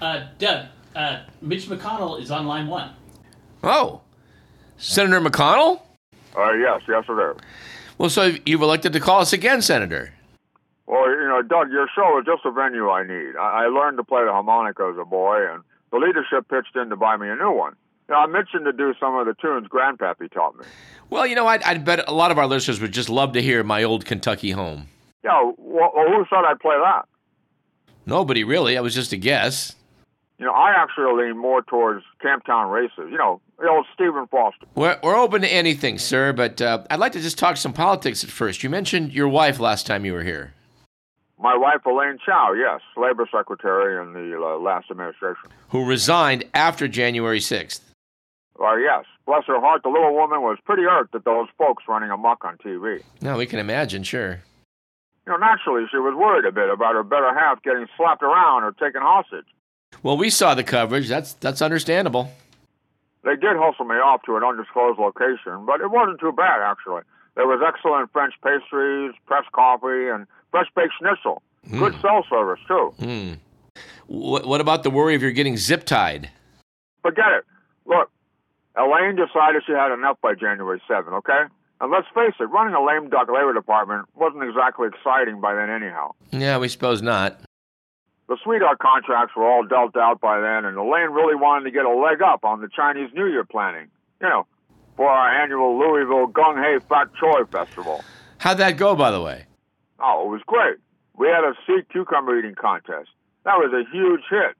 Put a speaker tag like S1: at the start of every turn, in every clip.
S1: Uh, Doug, uh, Mitch McConnell is on line one.
S2: Oh, Senator McConnell?
S3: Uh, yes, yes, it is.
S2: Well, so you've elected to call us again, Senator.
S3: Well, you know, Doug, your show is just a venue I need. I, I learned to play the harmonica as a boy, and the leadership pitched in to buy me a new one. Now, I mentioned to do some of the tunes Grandpappy taught me.
S2: Well, you know, I'd, I'd bet a lot of our listeners would just love to hear my old Kentucky home.
S3: Yeah, well, who said I'd play that?
S2: Nobody really. That was just a guess.
S3: You know, I actually lean more towards Camptown races. You know, the old Stephen Foster.
S2: We're, we're open to anything, sir, but uh, I'd like to just talk some politics at first. You mentioned your wife last time you were here.
S3: My wife, Elaine Chao, yes, labor secretary in the uh, last administration.
S2: who resigned after January 6th.
S3: Well, Uh, yes. Bless her heart, the little woman was pretty irked at those folks running amok on TV.
S2: Now we can imagine, sure.
S3: You know, naturally, she was worried a bit about her better half getting slapped around or taken hostage.
S2: Well, we saw the coverage. That's that's understandable.
S3: They did hustle me off to an undisclosed location, but it wasn't too bad, actually. There was excellent French pastries, pressed coffee, and fresh baked schnitzel. Good cell service, too.
S2: Hmm. Wh- what about the worry of your getting zip tied?
S3: Forget it. Look, Elaine decided she had enough by January 7th, okay? And let's face it, running a lame duck labor department wasn't exactly exciting by then, anyhow.
S2: Yeah, we suppose not.
S3: The sweetheart contracts were all dealt out by then, and Elaine really wanted to get a leg up on the Chinese New Year planning. You know, for our annual Louisville Gung Hei Fat Choi Festival.
S2: How'd that go, by the way?
S3: Oh, it was great. We had a sea cucumber eating contest. That was a huge hit.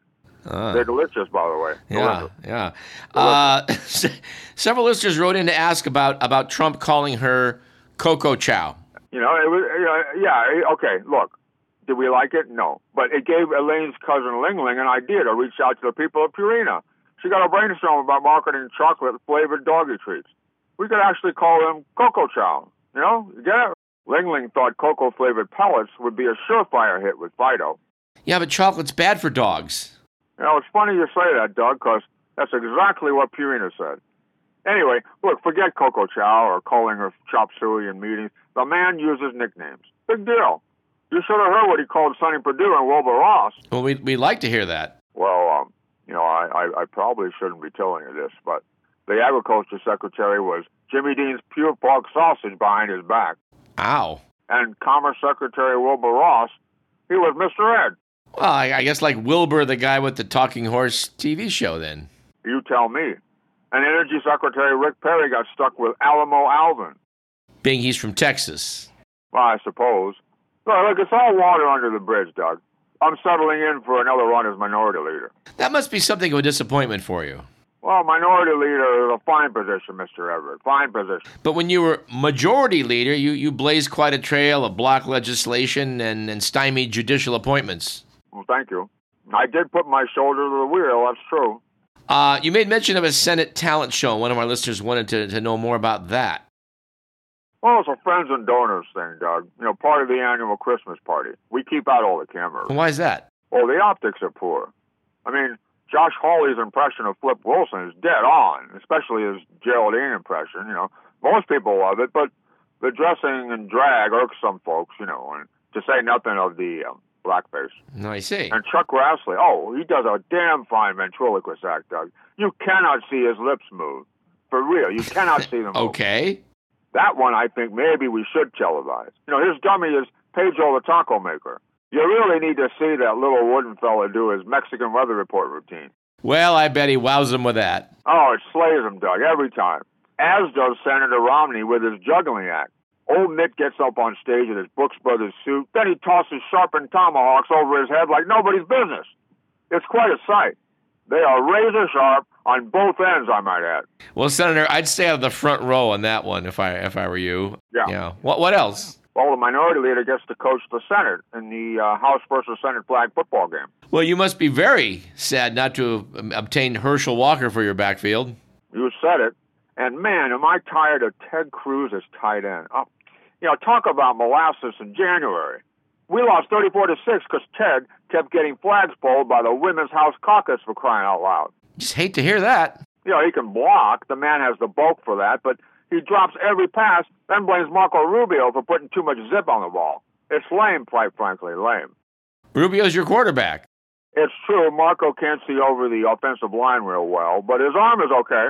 S3: They're delicious, by the way.
S2: Yeah,
S3: Delicious.
S2: yeah. Uh, several listeners wrote in to ask about about Trump calling her Coco Chow.
S3: You know, it was, uh, yeah, it- okay, look. Did we like it? No. But it gave Elaine's cousin Ling Ling an idea to reach out to the people of Purina. She got a brainstorm about marketing chocolate flavored doggy treats. We could actually call them Coco Chow. You know, you get it? Ling Ling thought cocoa flavored pellets would be a surefire hit with Fido.
S2: Yeah, but chocolate's bad for dogs.
S3: You know, it's funny you say that, Doug, 'cause that's exactly what Purina said. Anyway, look, forget Coco Chow or calling her Chop Suey in meetings. The man uses nicknames. Big deal. You should have heard what he called Sonny Perdue and Wilbur Ross.
S2: Well, we we like to hear that.
S3: Well, um, you know, I, I, I probably shouldn't be telling you this, but the agriculture secretary was Jimmy Dean's pure pork sausage behind his back,
S2: Ow.
S3: and Commerce Secretary Wilbur Ross, he was Mr. Ed.
S2: Well, I, I guess like Wilbur, the guy with the talking horse TV show. Then
S3: You tell me. And Energy Secretary Rick Perry got stuck with Alamo Alvin.
S2: being he's from Texas.
S3: Well, I suppose. Look, look, it's all water under the bridge, Doug. I'm settling in for another run as minority leader.
S2: That must be something of a disappointment for you.
S3: Well, minority leader is a fine position, Mr. Everett. Fine position.
S2: But when you were majority leader, you, you blazed quite a trail of block legislation and, and stymied judicial appointments.
S3: Well, thank you. I did put my shoulder to the wheel, that's true.
S2: Uh, you made mention of a Senate talent show, and one of our listeners wanted to, to know more about that.
S3: Well, it's a friends and donors thing, Doug. You know, part of the annual Christmas party. We keep out all the cameras.
S2: Why is that?
S3: Well, Oh, the optics are poor. I mean, Josh Hawley's impression of Flip Wilson is dead on, especially his Geraldine impression. You know, most people love it, but the dressing and drag irks some folks. You know, and to say nothing of the um, blackface
S2: No, I see.
S3: and Chuck Grassley. Oh, he does a damn fine ventriloquist act, Doug. You cannot see his lips move. For real, you cannot see them. move.
S2: Okay.
S3: That one I think maybe we should televise. You know, his dummy is Pedro the Taco Maker. You really need to see that little wooden fella do his Mexican weather report routine.
S2: Well, I bet he wows them with that.
S3: Oh, it slays him, Doug, every time. As does Senator Romney with his juggling act. Old Nick gets up on stage in his Brooks Brothers suit, then he tosses sharpened tomahawks over his head like nobody's business. It's quite a sight. They are razor sharp on both ends, I might add.
S2: Well, Senator, I'd stay out of the front row on that one if I if I were you.
S3: Yeah.
S2: What What else?
S3: Well, the minority leader gets to coach the Senate in the uh, House versus Senate flag football game.
S2: Well, you must be very sad not to have um, obtained Herschel Walker for your backfield.
S3: You said it. And man, am I tired of Ted Cruz as tight end. Oh, you know, talk about molasses in January. We lost 34 to 6 because Ted kept getting flags pulled by the Women's House Caucus for crying out loud.
S2: Just hate to hear that.
S3: You know, he can block. The man has the bulk for that, but he drops every pass, then blames Marco Rubio for putting too much zip on the ball. It's lame, quite frankly, lame.
S2: Rubio's your quarterback.
S3: It's true, Marco can't see over the offensive line real well, but his arm is okay.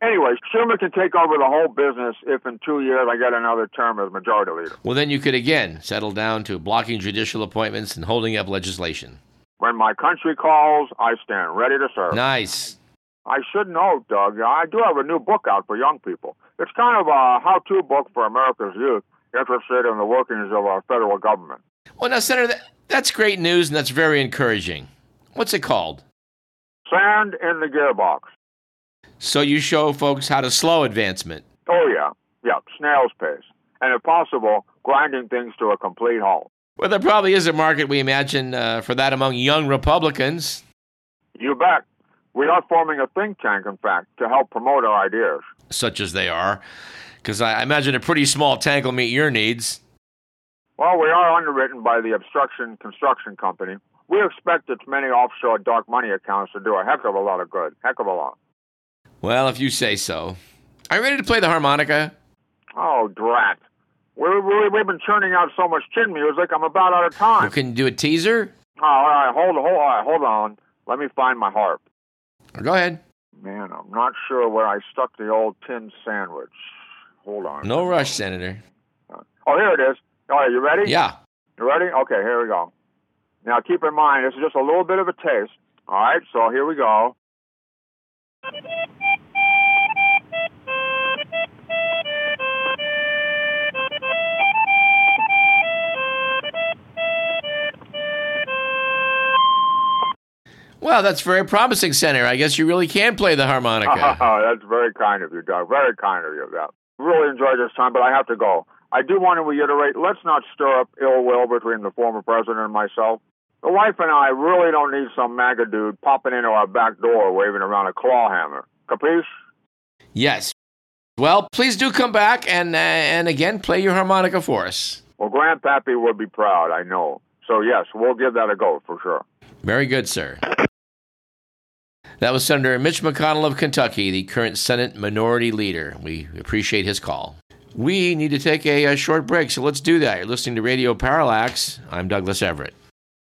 S3: Anyway, Schumer can take over the whole business if in two years I get another term as majority leader.
S2: Well, then you could again settle down to blocking judicial appointments and holding up legislation.
S3: When my country calls, I stand ready to serve.
S2: Nice.
S3: I should know, Doug. I do have a new book out for young people. It's kind of a how to book for America's youth interested in the workings of our federal government.
S2: Well, now, Senator, that, that's great news and that's very encouraging. What's it called?
S3: Sand in the gearbox.
S2: So you show folks how to slow advancement.
S3: Oh, yeah. Yeah, snail's pace. And if possible, grinding things to a complete halt.
S2: Well, there probably is a market, we imagine, uh, for that among young Republicans.
S3: You bet. We are forming a think tank, in fact, to help promote our ideas.
S2: such as they are, because I I imagine a pretty small tank will meet your needs.
S3: Well, we are underwritten by the Obstruction Construction Company. We expect its many offshore dark money accounts to do a heck of a lot of good. Heck of a lot.
S2: Well, if you say so. Are you ready to play the harmonica?
S3: Oh, drat. We, we, we've been churning out so much chin music, I'm about out of time.
S2: Can you do a teaser?
S3: Oh, all right, hold, hold, all right, hold on. Let me find my harp.
S2: Go ahead.
S3: Man, I'm not sure where I stuck the old tin sandwich. Hold on.
S2: No rush, Senator.
S3: Oh, here it is. All right, you ready?
S2: Yeah.
S3: You ready? Okay, here we go. Now keep in mind, this is just a little bit of a taste. All right, so here we go.
S2: Well, that's very promising, Senator. I guess you really can play the harmonica.
S3: Oh, that's very kind of you, Doug. Very kind of you. Yeah. Really enjoyed this time, but I have to go. I do want to reiterate let's not stir up ill will between the former president and myself. The wife and I really don't need some MAGA dude popping into our back door waving around a claw hammer. Capiche?
S2: yes. Well, please do come back and uh, and again play your harmonica for us.
S3: Well, Grandpappy would be proud, I know. So, yes, we'll give that a go for sure.
S2: Very good, sir. That was Senator Mitch McConnell of Kentucky, the current Senate Minority Leader. We appreciate his call. We need to take a, uh, short break, so let's do that. You're listening to Radio Parallax. I'm Douglas Everett.